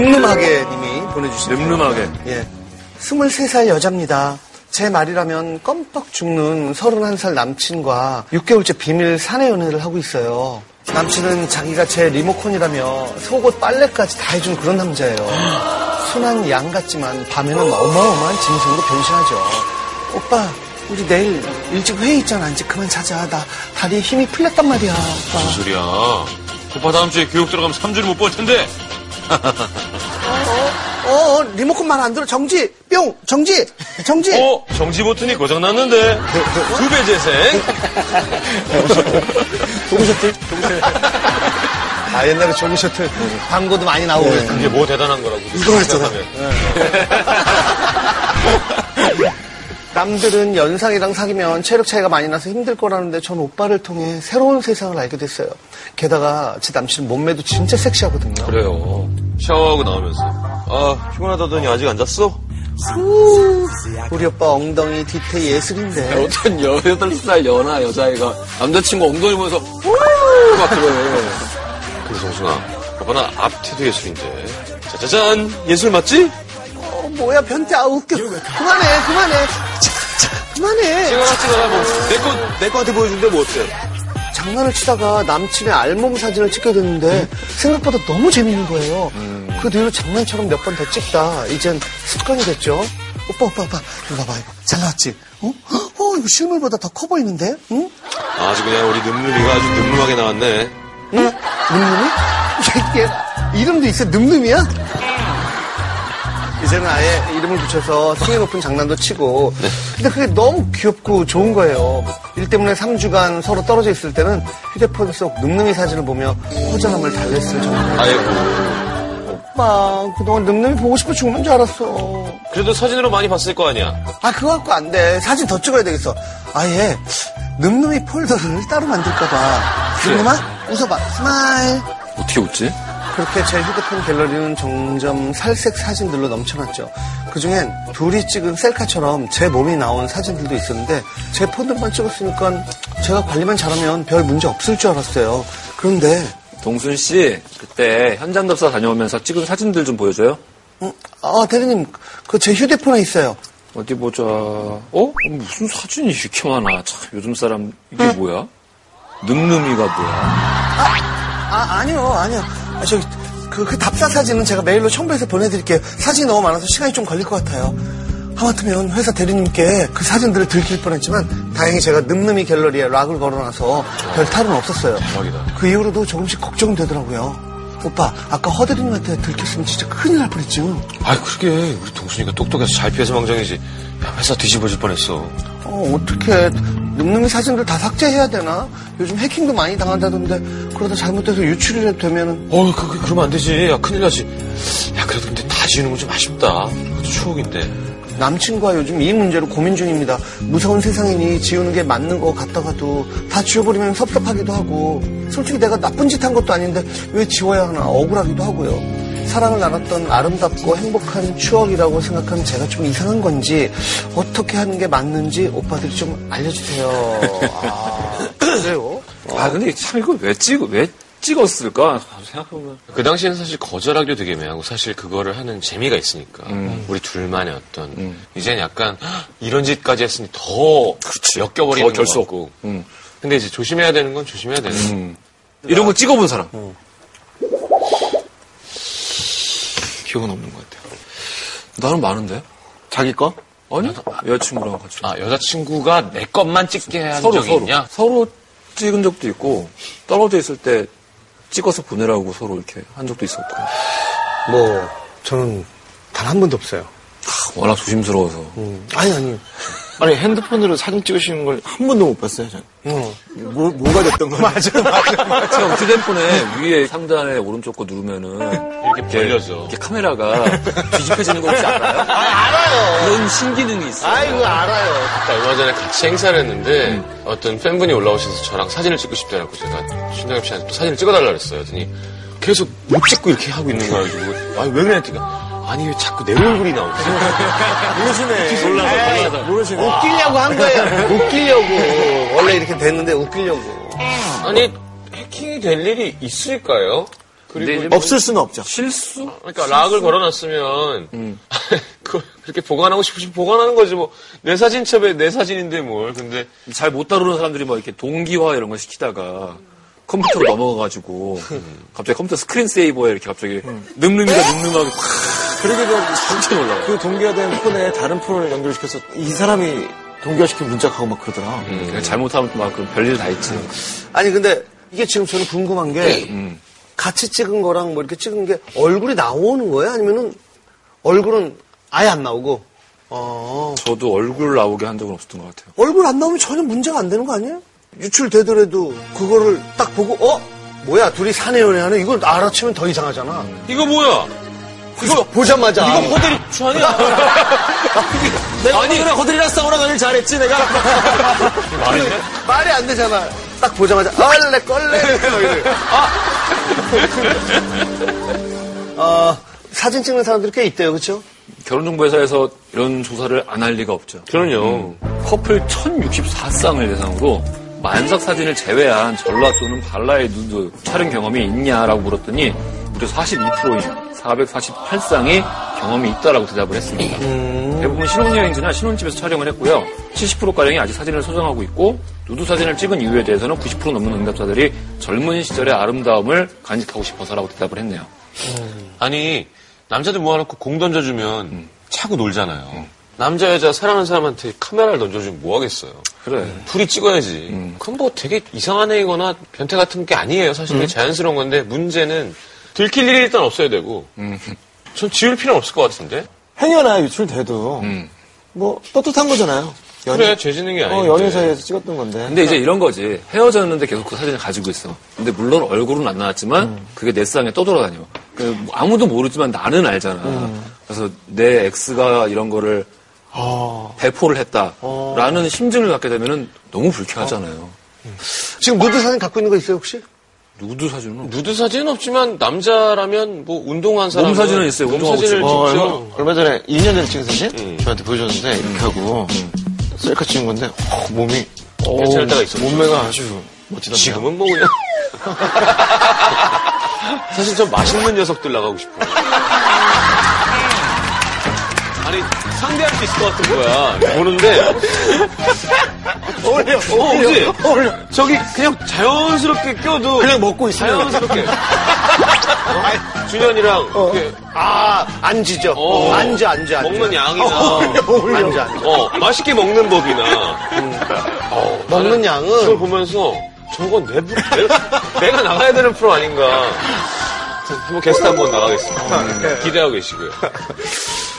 늠름하게 님이 보내주신 늠름하게. 거예요. 예. 23살 여자입니다. 제 말이라면 껌뻑 죽는 31살 남친과 6개월째 비밀 사내 연애를 하고 있어요. 남친은 자기가 제 리모컨이라며 속옷 빨래까지 다 해준 그런 남자예요. 순한 양 같지만 밤에는 어마어마한 짐승으로 변신하죠. 오빠, 우리 내일 일찍 회의 있잖아. 이제 그만 자자. 나 다리에 힘이 풀렸단 말이야. 오빠. 무슨 소리야. 오빠 다음 주에 교육 들어가면 3주를 못 볼 텐데. 어, 어, 리모컨 말 안 들어. 정지! 뿅! 정지! 정지! 어? 정지 버튼이 고장났는데. 두 배 재생. 아, 옛날에 조기 셔틀 광고도 많이 나오고 그랬어요. 이게 뭐 대단한 거라고. 이거 했잖아. 남들은 연상이랑 사귀면 체력 차이가 많이 나서 힘들 거라는데 전 오빠를 통해 새로운 세상을 알게 됐어요. 게다가 제 남친 몸매도 진짜 섹시하거든요. 그래요. 샤워하고 나오면서. 아, 피곤하다더니 아직 안 잤어? 우리 오빠 엉덩이 디테일 예술인데 어떤 18살 연하 여자애가 남자친구 엉덩이 보면서 우우 막 그래. 근데 정순아, 오빠는 앞태도 예술인데. 짜자잔! 예술 맞지? 어, 뭐야 변태 아 웃겨 그만해 그만해 그만해 찍어라, 찍어라. 뭐, 내 거, 내 거한테 보여준대, 뭐 어때? 장난을 치다가 남친의 알몸 사진을 찍게 됐는데 생각보다 너무 재밌는 거예요. 그 뒤로 장난처럼 몇 번 더 찍다 이젠 습관이 됐죠. 오빠 오빠 오빠 이거 봐봐 이거 잘 나왔지? 어? 어 이거 실물보다 더 커 보이는데? 응? 아주 그냥 우리 늠름이가 아주 늠름하게 나왔네. 응? 늠름이? 이게 이름도 있어 늠름이야? 이제는 아예 이름을 붙여서 성의 높은 장난도 치고 근데 그게 너무 귀엽고 좋은 거예요 일 때문에 3주간 서로 떨어져 있을 때는 휴대폰 속 늠름이 사진을 보며 허전함을 달랬을 정도 아이고. 오빠 그동안 늠름이 보고 싶어 죽는 줄 알았어 그래도 사진으로 많이 봤을 거 아니야. 아 그거 갖고 안 돼 사진 더 찍어야 되겠어 아예 늠름이 폴더를 따로 만들까봐 늠름아 웃어봐 스마일 어떻게 웃지? 그렇게 제 휴대폰 갤러리는 점점 살색 사진들로 넘쳐났죠. 그중엔 둘이 찍은 셀카처럼 제 몸이 나온 사진들도 있었는데 제 폰들만 찍었으니까 제가 관리만 잘하면 별 문제 없을 줄 알았어요. 그런데 동순 씨 그때 현장 답사 다녀오면서 찍은 사진들 좀 보여줘요. 음, 아 대리님 그 제 휴대폰에 있어요. 어디 보자. 어? 무슨 사진이 이렇게 많아. 참 요즘 사람 이게 뭐야? 늠름이가 뭐야? 아 아니요 아니요 아, 저기 그, 그 답사 사진은 제가 메일로 첨부해서 보내드릴게요. 사진이 너무 많아서 시간이 좀 걸릴 것 같아요. 하마터면 회사 대리님께 그 사진들을 들킬 뻔했지만 다행히 제가 늠름이 갤러리에 락을 걸어놔서 별 탈은 없었어요. 대박이다. 그 이후로도 조금씩 걱정되더라고요. 오빠 아까 허대리님한테 들켰으면 진짜 큰일 날 뻔했죠. 아이 그러게 우리 동순이가 똑똑해서 잘 피해서 망정이지 야, 회사 뒤집어질 뻔했어 어, 어떻게 늠름이 사진들 다 삭제해야 되나? 요즘 해킹도 많이 당한다던데 그러다 잘못돼서 유출이라도 되면은 어 그, 그, 그러면 안 되지 야 큰일 나지 야 그래도 근데 다 지우는 건 좀 아쉽다 그것도 추억인데 남친과 요즘 이 문제로 고민 중입니다. 무서운 세상이니 지우는 게 맞는 것 같다가도 다 지워버리면 섭섭하기도 하고 솔직히 내가 나쁜 짓 한 것도 아닌데 왜 지워야 하나 억울하기도 하고요. 사랑을 나눴던 아름답고 행복한 추억이라고 생각하는 제가 좀 이상한 건지 어떻게 하는 게 맞는지 오빠들이 좀 알려주세요. 아, 그래요? 아 근데 참 이거 왜 찍? 왜 찍었을까? 생각해보면 그 당시에는 사실 거절하기도 되게 애매하고 사실 그거를 하는 재미가 있으니까 음. 우리 둘만의 어떤 이제는 약간 "헉, 이런 짓까지 했으니 더 엮여버리는 더 결속. 것 같고 음. 근데 이제 조심해야 되는 건 조심해야 되는 이런 거 찍어본 사람. 기억은 없는 것 같아요. 나는 많은데. 자기 거? 아니? 여자친구랑 같이. 아 여자친구가 내 것만 찍게 한 서로 적이 서로 있냐? 서로 찍은 적도 있고 떨어져 있을 때 찍어서 보내라고 서로 이렇게 한 적도 있었고 뭐 저는 단 한 번도 없어요. 워낙 조심스러워서 아니 아니. 아니 핸드폰으로 사진 찍으시는 걸 한 번도 못 봤어요 저는. 어. 뭐, 뭐가 됐던 거예요? 제가 휴대폰에 위에 상단에 오른쪽 거 누르면은 이렇게 벌려져 이렇게 카메라가 뒤집혀지는 거 혹시 알아요? 알아요. 그런 신기능이 있어요. 아이고 알아요. 나 얼마 전에 같이 행사를 했는데 음. 어떤 팬분이 올라오셔서 저랑 사진을 찍고 싶다고 제가 신동엽 씨한테 또 사진을 찍어달라 그랬어요. 그랬더니 계속 못 찍고 이렇게 하고 있는 거야. 그래가지고 아왜 그래? 했더니 아니 왜 자꾸 내 얼굴이 나오지? 모르시네. 몰라서 모르시네. 어? 웃기려고 한 거예요. 웃기려고. 원래 이렇게 됐는데 웃기려고. 아니 해킹이 될 일이 있을까요? 근데 이제 뭐 없을 수는 없죠. 실수? 음. 그러니까 락을 걸어놨으면 그걸 그렇게 보관하고 싶으시면 보관하는 거지 뭐 내 사진첩에 내 사진인데 뭘 근데 잘 못 다루는 사람들이 막 이렇게 동기화 이런 걸 시키다가 컴퓨터로 넘어가가지고 갑자기 컴퓨터 스크린 세이버에 이렇게 갑자기 늠름이가 늠름하게 팍 그러게 깜짝 놀라요. 그 동기화된 폰에 다른 폰을 연결시켜서 이 사람이 동기화시킨 문짝하고 막 그러더라. 음. 그냥 잘못하면 막 그럼 별일 다 있지. 아니 근데 이게 지금 저는 궁금한 게 같이 찍은 거랑 뭐 이렇게 찍은 게 얼굴이 나오는 거예요? 아니면은 얼굴은 아예 안 나오고? 어. 저도 얼굴 나오게 한 적은 없었던 것 같아요. 얼굴 안 나오면 전혀 문제가 안 되는 거 아니에요? 유출되더라도 그거를 딱 보고 어? 뭐야 둘이 사내 연애하네 이걸 알아채면 더 이상하잖아 이거 뭐야 이거 보자마자 이거 호텔이 추하냐 내가 아니, 오늘은 거들이랑 싸우라고 일 잘했지, 내가. 말이 안 되잖아 딱 보자마자 얼레 꼴레 어, 사진 찍는 사람들이 꽤 있대요 그렇죠? 결혼정보회사에서 이런 조사를 안 할 리가 없죠. 그럼요 커플 1064쌍을 대상으로 만삭 사진을 제외한 전라 또는 발라의 누드 촬영 경험이 있냐라고 물었더니 무려 42%인 448쌍이 경험이 있다라고 대답을 했습니다. 대부분 신혼여행지나 신혼집에서 촬영을 했고요. 70%가량이 아직 사진을 소장하고 있고 누드 사진을 찍은 이유에 대해서는 90% 넘는 응답자들이 젊은 시절의 아름다움을 간직하고 싶어서라고 대답을 했네요. 아니 남자들 모아놓고 공 던져주면 음. 차고 놀잖아요 남자 여자 사랑하는 사람한테 카메라를 던져주면 뭐 하겠어요 그래. 둘이 찍어야지. 음. 그럼 뭐 되게 이상한 애이거나 변태 같은 게 아니에요. 사실 음. 그게 자연스러운 건데 문제는 들킬 일이 일단 없어야 되고 음. 전 지울 필요는 없을 것 같은데 행여나 유출돼도, 뭐, 떳떳한 거잖아요. 음. 그래 음, 죄지는 게 어, 아닌데 연인 사이에서 찍었던 건데. 근데 이제 이런 거지. 헤어졌는데 계속 그 사진을 가지고 있어. 근데 물론 얼굴은 안 나왔지만 그게 내 쌍에 떠돌아다녀. 그 아무도 모르지만 나는 알잖아. 그래서 내 엑스가 이런 거를 배포를 했다라는 심증을 갖게 되면 너무 불쾌하잖아요. 지금 무드 사진 갖고 있는 거 있어요 혹시? 누드 사진은 누드 사진은 없지만 남자라면 뭐 운동한 사람 사진은 있어요. 몸 운동하고 사진을 찍고. 어, 얼마, 찍죠. 얼마 전에 2년 전에 찍은 사진? 음. 저한테 보여줬는데, 이렇게 하고, 셀카 찍은 건데, 어, 몸이, 괜찮을 때가 있었죠. 몸매가 아주 멋지던데. 지금은 뭐 그냥 사실 좀 맛있는 녀석들 나가고 싶어요. 아니 상대할 수 있을 것 같은 거야. 보는데 어울려 어, 그지? 어울려 저기 그냥 자연스럽게 껴도 그냥 먹고 있어요 자연스럽게 어? 준현이랑 이렇게 아, 앉으죠. 어. 앉아, 앉아, 앉아. 먹는 양이나 어울려, 어울려. 앉아, 앉아. 어, 맛있게 먹는 법이나 어, 먹는 나는 그걸 양은 보면서 저건 내, 부- 내- 내가 나가야 뭐 되는 프로 아닌가 한번 게스트 한번 나가겠습니다 기대하고 계시고요